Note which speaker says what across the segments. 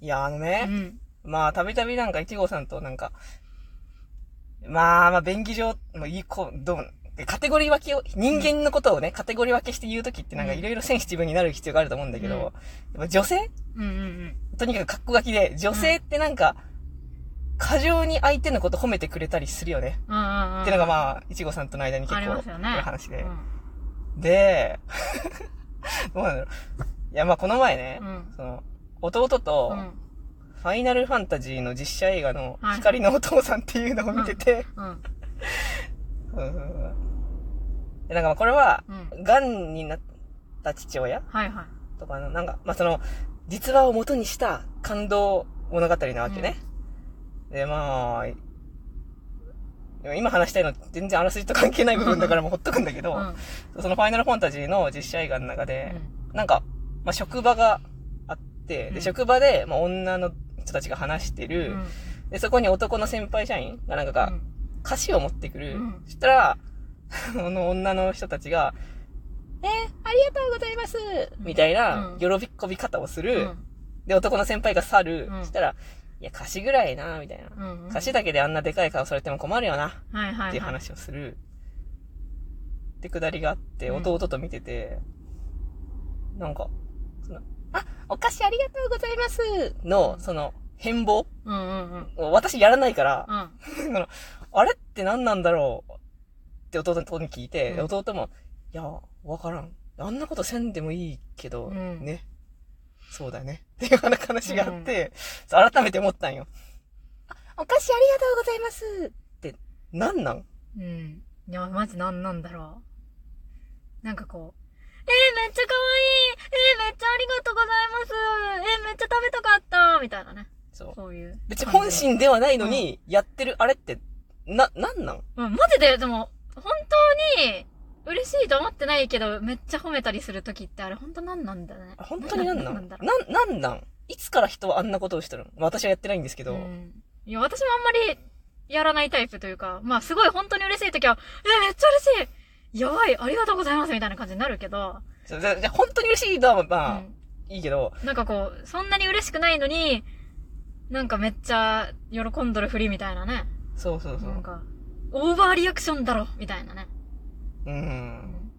Speaker 1: いや、あの
Speaker 2: う
Speaker 1: ね、
Speaker 2: ん。
Speaker 1: まあ、たびたびなんか、一号さんとなんか、まあ、まあ、便宜上、もういい、こう、どう、カテゴリー分けを、人間のことをね、カテゴリー分けして言うときってなんか、
Speaker 2: うん
Speaker 1: いろいろセンシティブになる必要があると思うんだけど、
Speaker 2: うん
Speaker 1: やっぱ女性
Speaker 2: うんうんうん。
Speaker 1: とにかく格好書きで、女性ってなんか、過剰に相手のこと褒めてくれたりするよね。
Speaker 2: うんうんうん。
Speaker 1: っていうのがまあ、いちごさんとの間に結
Speaker 2: あり
Speaker 1: 構、
Speaker 2: ますよね
Speaker 1: ある話で。
Speaker 2: う
Speaker 1: で、 どうなんだろう。いや、まあこの前ね、
Speaker 2: ん。うん。
Speaker 1: その、弟と、
Speaker 2: うん。
Speaker 1: ファイナルファンタジーの実写映画の
Speaker 2: はい
Speaker 1: 光のお父さんっていうのを見てて、
Speaker 2: うん。
Speaker 1: うんうんうんでなんかまあこれは、
Speaker 2: うん。
Speaker 1: 癌になった父親
Speaker 2: はいはい。
Speaker 1: とかの、なんか、まあその、実話を元にした感動物語なわけね。で、まあ、いでも今話したいの全然あらすじと関係ない部分だからもうほっとくんだけど、
Speaker 2: うん。
Speaker 1: そのファイナルファンタジーの実写映画の中で、なんか、まあ、職場があって、
Speaker 2: う
Speaker 1: で、
Speaker 2: ん
Speaker 1: 職場で、まあ、女の人たちが話して
Speaker 2: う
Speaker 1: る、
Speaker 2: ん。
Speaker 1: で、そこに男の先輩社員がなんかが、菓子を持ってくる。
Speaker 2: うん
Speaker 1: そしたら、 その女の人たちが、えーありがとうございますみたいな
Speaker 2: う、ん
Speaker 1: 喜び方をす
Speaker 2: う
Speaker 1: る。
Speaker 2: ん。
Speaker 1: で、男の先輩が去る。
Speaker 2: うん
Speaker 1: そしたら、いや、菓子ぐらいな、みたいな。
Speaker 2: うん。
Speaker 1: 菓子だけであんなでかい顔されても困るよな、
Speaker 2: はいはい。
Speaker 1: っていう。話をする。ってくだりがあって、
Speaker 2: うん
Speaker 1: 弟と見てて、なんか、その、あ、お菓子ありがとうございますの、その、変貌
Speaker 2: うんうんうん。
Speaker 1: 私やらないから
Speaker 2: う、ん。
Speaker 1: その、あれって何なんだろうって弟に聞いて、
Speaker 2: うん
Speaker 1: 弟も、いや、わからん。あんなことせんでもいいけど、
Speaker 2: うん
Speaker 1: ね。そうだね。っていう話があって、そう改めて思ったんよ。あお菓子ありがとうございますって、なんなん
Speaker 2: うん。いや、マジなんなんだろう。なんかこう、えー、めっちゃ可愛いえー、めっちゃありがとうございますえー、めっちゃ食べたかったみたいなね。
Speaker 1: そう。
Speaker 2: そういう。
Speaker 1: 別に本。心ではないのに、やってるあれって、な、なんなん
Speaker 2: うん、マジで、でも、本当に、嬉しいと思ってないけど、めっちゃ褒めたりするときって、あれ本当なんなんだね。
Speaker 1: あ本当になんなん
Speaker 2: な
Speaker 1: なんん
Speaker 2: だろ
Speaker 1: なんなんいつから人はあんなことをしてるの私はやってないんですけ
Speaker 2: う。
Speaker 1: ど、
Speaker 2: うん。いや、私もあんまり、やらないタイプというか、まあ、すごい本当に嬉しいときは、えー、めっちゃ嬉しいやばいありがとうございますみたいな感じになるけど、
Speaker 1: そうじゃあじゃあ本当に嬉しいのは、
Speaker 2: う
Speaker 1: まあ、
Speaker 2: ん。
Speaker 1: いいけど、
Speaker 2: なんかこう、そんなに嬉しくないのに、なんかめっちゃ喜んどるふりみたいなね。
Speaker 1: そうそうそう。
Speaker 2: なんか、オーバーリアクションだろみたいなね。
Speaker 1: うん。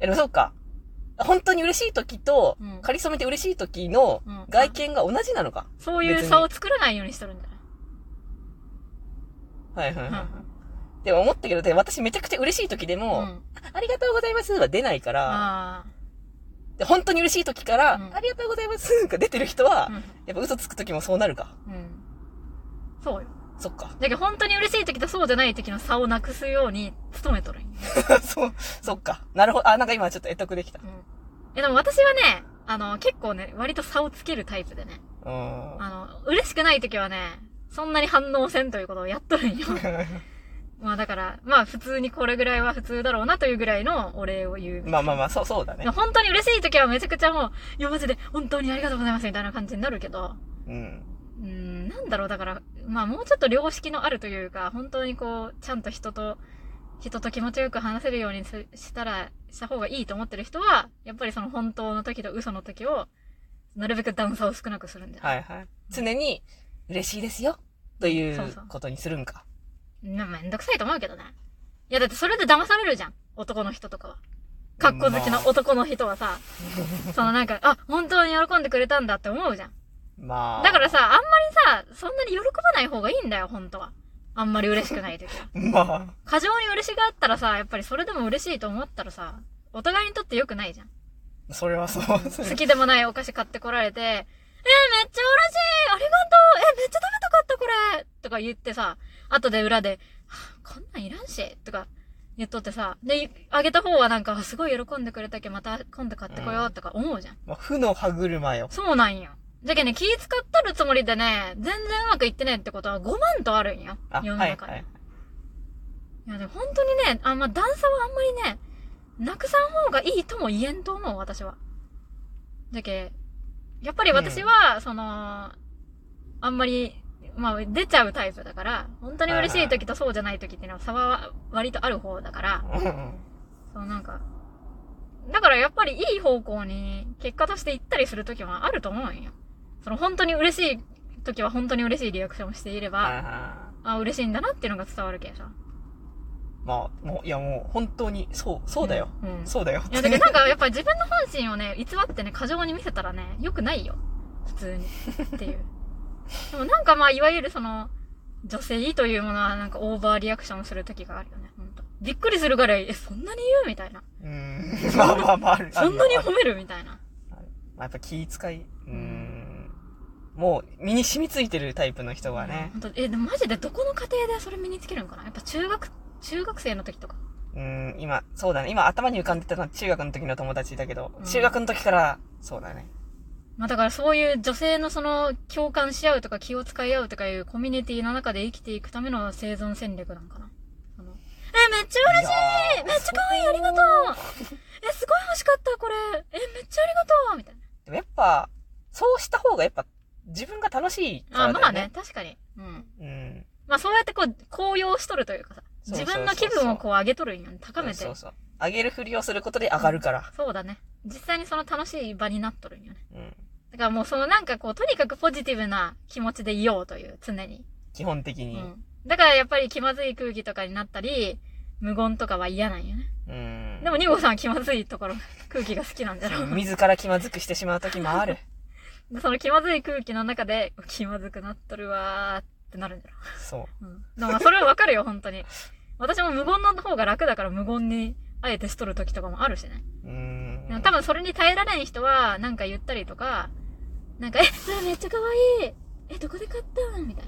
Speaker 1: え、でもそうか。本当に嬉しい時と、
Speaker 2: うん
Speaker 1: かりそめて嬉しい時の
Speaker 2: うん
Speaker 1: 外見が同じなのか。
Speaker 2: そういう差を作らないようにしてるんじゃ
Speaker 1: はいはいはい
Speaker 2: ない
Speaker 1: はい。でも思ったけど、で私めちゃくちゃ嬉しい時で
Speaker 2: うん。
Speaker 1: も、
Speaker 2: うん
Speaker 1: ありがとうございますは出ないから、
Speaker 2: あ
Speaker 1: で本当に嬉しい時から、
Speaker 2: うん
Speaker 1: ありがとうございますが出てる人は、
Speaker 2: あ。うん。
Speaker 1: やっぱ嘘つく時もそうなるか。
Speaker 2: うん。そうよ。
Speaker 1: そっ か。
Speaker 2: だけど本当に嬉しい時とそうじゃない時の差をなくすように努めとるんよ
Speaker 1: そう、そっか。なるほど。あ、なんか今ちょっと得得できた
Speaker 2: う。ん。え、でも私はね、あの、結構ね、割と差をつけるタイプでね。
Speaker 1: うん。
Speaker 2: あの、嬉しくない時はね、そんなに反応せんということをやっとるんよ。 まあだから、まあ普通にこれぐらいは普通だろうなというぐらいのお礼を言 う。
Speaker 1: まあまあまあ、そう、そうだね。
Speaker 2: 本当に嬉しい時はめちゃくちゃもう、いやマジで本当にありがとうございますみたいな感じになるけど、
Speaker 1: うん。
Speaker 2: うーん、なんだろうだから、まあもうちょっと良識のあるというか、本当にこう、ちゃんと人と、人と気持ちよく話せるようにすしたら、した方がいいと思ってる人は、やっぱりその本当の時と嘘の時を、なるべく段差を少なくするんじゃない
Speaker 1: はいはい。常に、嬉しいですよ。とい
Speaker 2: そうそう
Speaker 1: うことにするんか。
Speaker 2: なめんどくさいと思うけどね。いやだってそれで騙されるじゃん。男の人とかは。格好好きな男の人はさ、そのなんか、あ、本当に喜んでくれたんだって思うじゃん。
Speaker 1: まあ。
Speaker 2: だからさ、あんまりさ、そんなに喜ばない方がいいんだよ、本当は。あんまり嬉しくない時は。
Speaker 1: ま
Speaker 2: 過剰に嬉しがあったらさ、やっぱりそれでも嬉しいと思ったらさ、お互いにとって良くないじゃん。
Speaker 1: あ、それはそう。 そ
Speaker 2: 好
Speaker 1: れ
Speaker 2: きでもないお菓子買ってこられて、えー、めっちゃ嬉しいありがとうえー、めっちゃ食べたかったこれとか言ってさ、後で裏で、はあこんなんいらんしとか言っとってさ、で、あげた方はなんか、あすごい喜んでくれたけんまた今度買ってこようとか思うじゃん。
Speaker 1: まあ、負の歯車よ。
Speaker 2: そうなんよ。じゃけね、気使っとるつもりでね、全然うまくいってねえってことは5万とあるんよ。
Speaker 1: あ、
Speaker 2: 世の
Speaker 1: はい
Speaker 2: 中に。
Speaker 1: はい。
Speaker 2: いやでも本当にね、あんま段差はあんまりね、なくさん方がいいとも言えんと思う、私は。だけ、やっぱり私は、その、あんまり、まあ出ちゃうタイプだから、本当に嬉しい時とそうじゃない時っていうのは差は割とある方だから、
Speaker 1: うんうん
Speaker 2: そのなんか、だからやっぱりいい方向に結果として行ったりする時はあると思うんよ。その本当に嬉しい時は本当に嬉しいリアクションをしていれば、
Speaker 1: あ
Speaker 2: あ、嬉しいんだなっていうのが伝わるけんさ。
Speaker 1: ーまあ、もう、いやもう、本当に、そう、そうだよ。
Speaker 2: うん。うん
Speaker 1: そうだよ。
Speaker 2: いや、だけどなんかやっぱり自分の本心をね、偽ってね、過剰に見せたらね、良くないよ。普通に。っていう。でもなんかまあ、いわゆるその、女性というものはなんかオーバーリアクションする時があるよね。ほんとびっくりするぐらい、え、そんなに言うみたいな。
Speaker 1: うーん。 まあまあまあ、ある。
Speaker 2: そんなに
Speaker 1: ある
Speaker 2: 褒めるみたいな。
Speaker 1: まあやっぱ気遣い。うーん。もう、身に染みついてるタイプの人がね
Speaker 2: ほ。んとえ、でもマジでどこの家庭でそれ身につけるんかなやっぱ中学、中学生の時とか。
Speaker 1: うーん、今、そうだね。今頭に浮かんでたのは中学の時の友達だけど
Speaker 2: うん、
Speaker 1: 中学の時から、そうだね。
Speaker 2: まあだからそういう女性のその共感し合うとか気を使い合うとかいうコミュニティの中で生きていくための生存戦略なんかな。そのえ、めっちゃ嬉しい
Speaker 1: し
Speaker 2: めっちゃ可愛いありがとうえ、すごい欲しかったこれえ、めっちゃありがとうみたいな。
Speaker 1: でもやっぱ、そうした方がやっぱ、自分が楽しいからだ
Speaker 2: あ、ま
Speaker 1: よ
Speaker 2: あね
Speaker 1: ね。、
Speaker 2: 確かに。うん。
Speaker 1: うん。
Speaker 2: まあそうやってこう、高揚しとるというかさ、
Speaker 1: そうそ
Speaker 2: 自
Speaker 1: うそうそう
Speaker 2: 分の気分をこう上げとるんよね。高めて。
Speaker 1: そうそうそう。上げるふりをすることで上がるから。
Speaker 2: そうだね。実際にその楽しい場になっとるんよね。
Speaker 1: うん。
Speaker 2: だからもうそのなんかこう、とにかくポジティブな気持ちでいようという、常に。
Speaker 1: 基本的に。
Speaker 2: うんだからやっぱり気まずい空気とかになったり、無言とかは嫌なんよね。
Speaker 1: うん。
Speaker 2: でも、ニゴさんは気まずいところ、空気が好きなんじゃろう。
Speaker 1: 自ら気まずくしてしまう時もあ る。
Speaker 2: でその気まずい空気の中で、気まずくなっとるわーってなるんじゃろ
Speaker 1: そう。
Speaker 2: う。うん。でもまあそれはわかるよ、本当に。私も無言の方が楽だから無言に、あえてしとる時とかもあるしね。
Speaker 1: うーん
Speaker 2: でも多分それに耐えられん人は、なんか言ったりとか、なんか、え、それめっちゃ可愛いえ、どこで買ったんみたい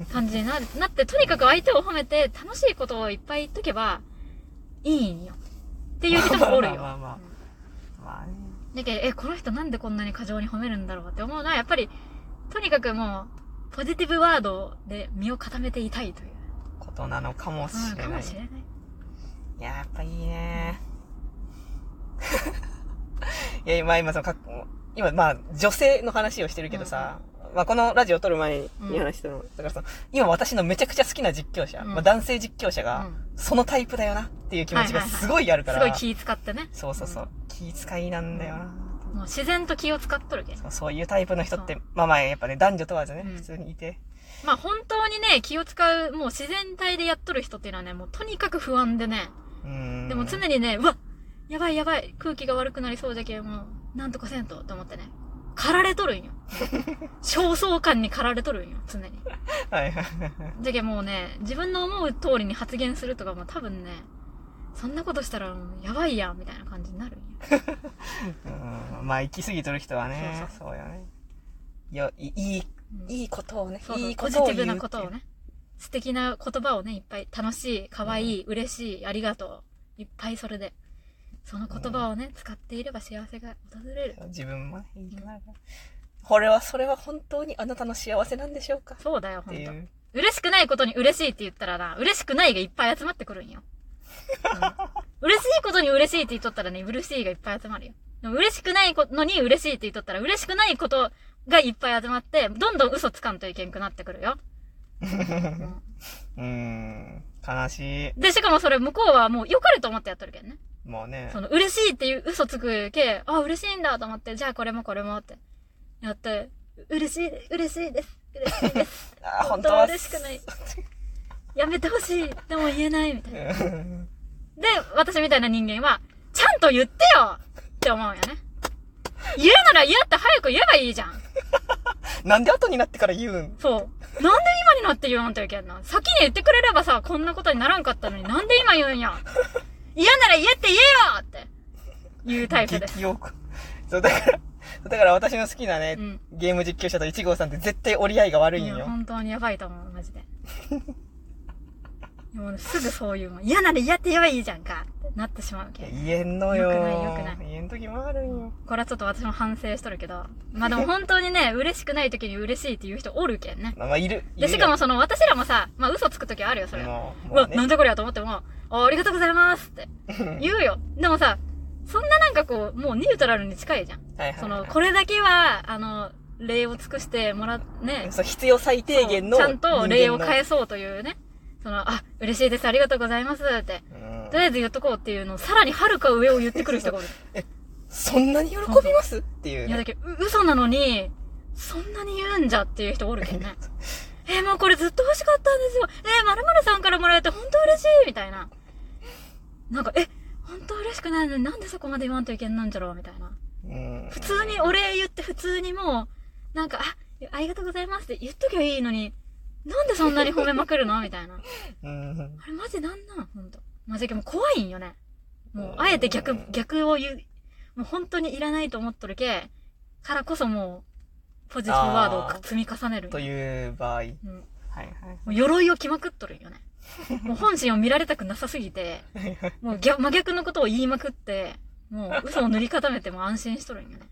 Speaker 2: な感じにななって、とにかく相手を褒めて、楽しいことをいっぱい言っとけば、いいんよ。っていう人もおる
Speaker 1: まあま
Speaker 2: よ。
Speaker 1: あまあまあね
Speaker 2: だけど、え、この人なんでこんなに過剰に褒めるんだろうって思うのは、やっぱり、とにかくもう、ポジティブワードで身を固めていたいという。
Speaker 1: ことなのかもし
Speaker 2: うん、
Speaker 1: れ
Speaker 2: か
Speaker 1: な
Speaker 2: も
Speaker 1: い。
Speaker 2: しれない。
Speaker 1: いや、やっぱいいね。 いや、今、今、その、かっ今、まあ、女性の話をしてるけどさ、まあ、このラジオを撮る前に
Speaker 2: うん
Speaker 1: いい話したの。だからその、今私のめちゃくちゃ好きな実況者、
Speaker 2: うん
Speaker 1: まあ、男性実況者
Speaker 2: う
Speaker 1: が、
Speaker 2: ん。
Speaker 1: そのタイプだよなっていう気持ちが
Speaker 2: はいはいはい
Speaker 1: すごいあるか
Speaker 2: す
Speaker 1: ら。
Speaker 2: ごい気使ってね。
Speaker 1: そうそうそう。気遣いなんだよな。
Speaker 2: もう自然と気を使っとるけん。
Speaker 1: そうそういうタイプの人って
Speaker 2: そ、
Speaker 1: まあまあ、やっぱね、男女問わずね、
Speaker 2: うん
Speaker 1: 普通にいて。
Speaker 2: まあ本当にね、気を使う、もう自然体でやっとる人っていうのはね、もうとにかく不安でね。
Speaker 1: うーん。
Speaker 2: でも常にね、うわやばいやばい、空気が悪くなりそうじゃけん、もう、なんとかせんと、と思ってね。駆られと るんよ。焦燥感に駆られとるんよ、常に。
Speaker 1: はいはいはいはい。
Speaker 2: じゃけんもうね、自分の思う通りに発言するとかも多分ね、そんなことしたらもうやばいやん、みたいな感じになるんよ。
Speaker 1: うんまあ、行き過ぎとる人はね、
Speaker 2: そ
Speaker 1: そうよね。いや、いいい、
Speaker 2: うん
Speaker 1: いいことをね、
Speaker 2: そうそう
Speaker 1: いい
Speaker 2: ポ
Speaker 1: こ
Speaker 2: ジ
Speaker 1: とを
Speaker 2: テ
Speaker 1: 言うって
Speaker 2: ィブ
Speaker 1: いう
Speaker 2: なことを。ね。素敵な言葉をね、いっぱい、楽しい、可愛い、嬉しい、ありがとう。いっぱいそれで。その言葉をね、使っていれば幸せが訪れる。
Speaker 1: 自分もね、いいかな。これは、それは本当にあなたの幸せなんでしょうか
Speaker 2: そうだよ、
Speaker 1: っ
Speaker 2: ほ
Speaker 1: て
Speaker 2: ん
Speaker 1: い
Speaker 2: と。
Speaker 1: う。
Speaker 2: 嬉しくないことに嬉しいって言ったらな、嬉しくないがいっぱい集まってくるんよ。うん嬉しいことに嬉しいって言っとったらね、嬉しいがいっぱい集まるよ。でも嬉しくないこのに嬉しいって言っとったら、嬉しくないことがいっぱい集まって、どんどん嘘つかんといけんくなってくるよ。うん
Speaker 1: うーん、悲しい。
Speaker 2: で、しかもそれ向こうはもう良かれと思ってやっとるけんね。
Speaker 1: もうね
Speaker 2: そ、の嬉しいっていう嘘つくけ、あ、嬉しいんだと思って、じゃあこれもこれもって。やって、嬉しい、嬉しいです。嬉しいです。
Speaker 1: あー
Speaker 2: 本当は嬉しくない。やめてほしい。でも言えないみたいな。
Speaker 1: うん
Speaker 2: で、私みたいな人間は、ちゃんと言ってよって思うよね。言うなら言うって早く言えばいいじゃん。
Speaker 1: なんで後になってから言うん
Speaker 2: そう。なんで今になって言わんといけんの先に言ってくれればさ、こんなことにならんかったのになんで今言うんや。嫌なら言えって言えよって言うタイプです。
Speaker 1: 激おこ。そう、だから、だから私の好きなね、
Speaker 2: うん
Speaker 1: ゲーム実況者と1号さんって絶対折り合いが悪い
Speaker 2: い
Speaker 1: ん
Speaker 2: や、
Speaker 1: よ。
Speaker 2: 本当にやばいと思う、マジで。もうねすぐそういうもん。嫌なら嫌って言えばいいじゃんかってなってしまうけん。
Speaker 1: 言えんのよ。
Speaker 2: よくないよくない
Speaker 1: 言えん時もあるんよ。
Speaker 2: これはちょっと私も反省しとるけど。まあでも本当にね、嬉しくない時に嬉しいって言う人おるけんね。
Speaker 1: まあまあ、いる。い
Speaker 2: で、
Speaker 1: るよ
Speaker 2: しかもその私らもさ、まあ嘘つく時あるよ、それ。う
Speaker 1: もう、も
Speaker 2: わ、
Speaker 1: うね
Speaker 2: なんじゃこりゃと思っても、あありがとうございますって 言うよ。でもさ、そんななんかこう、もうニュートラルに近いじゃん。
Speaker 1: はいはいはい
Speaker 2: その、これだけは、あの、礼を尽くしてもら、ね。
Speaker 1: そう必要最低限の
Speaker 2: ちゃんと礼を返
Speaker 1: す。
Speaker 2: そうというね。その、あ、嬉しいです、ありがとうございますって。
Speaker 1: うん
Speaker 2: とりあえず言っとこうっていうのを、さらに遥か上を言ってくる人がおる。
Speaker 1: そんなに喜びますっていう
Speaker 2: いや、だ
Speaker 1: ね。
Speaker 2: けど、う嘘なのに、そんなに言うんじゃっていう人おるけどね。えーもうこれずっと欲しかったんですよ。えー、まるさんからもらえて本当嬉しいみたいな。なんか、え、本当嬉しくないのになんでそこまで言わんといけんなんじゃろうみたいな。
Speaker 1: うん
Speaker 2: 普通にお礼言って普通にもう、なんか、あ、ありがとうございますって言っときゃいいのに、なんでそんなに褒めまくるのみたいな。
Speaker 1: うん
Speaker 2: あれマジなんなんほんと。マジでもう怖いんよね。もう
Speaker 1: う、ん
Speaker 2: あえて逆、逆を言う。もう本当にいらないと思っとるけ、からこそもう、ポジティブワードを積み重ねる。
Speaker 1: という場合。はい
Speaker 2: うん、も
Speaker 1: はいう
Speaker 2: 鎧を着まくっとるんよね。もう本心を見られたくなさす ぎて、もう逆真逆のことを言いまくって、もう嘘を塗り固めても安心しとるんよね。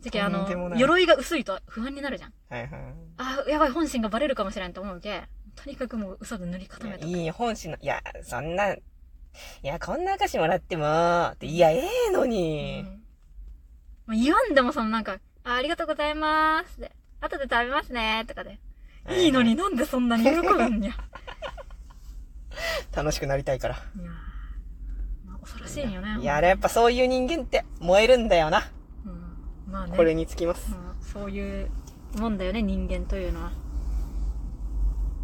Speaker 2: じゃけ、あ
Speaker 1: とんでも
Speaker 2: の、
Speaker 1: ない
Speaker 2: 鎧が薄いと不安になるじゃん。
Speaker 1: はいは
Speaker 2: あーやばい、本心がバレるかもしれんと思うけ、とにかくもう嘘で塗り固め
Speaker 1: い
Speaker 2: と
Speaker 1: い
Speaker 2: く。
Speaker 1: や。いい本心の、いや、そんな、いや、こんな証もらっても、っていや、ええの
Speaker 2: う
Speaker 1: に
Speaker 2: ん。まあ言わんでもそのなんか、あありがとうございますで、後で食べますねとかで。いいのになんでそんなに喜ぶんや。いや
Speaker 1: 楽しくなりたいから。
Speaker 2: ー、まあ、恐ろしいよね。
Speaker 1: いや、やっぱそういう人間って燃えるんだよな。
Speaker 2: うん、まあね。
Speaker 1: これにつきます。
Speaker 2: まあそういうもんだよね、人間というのは。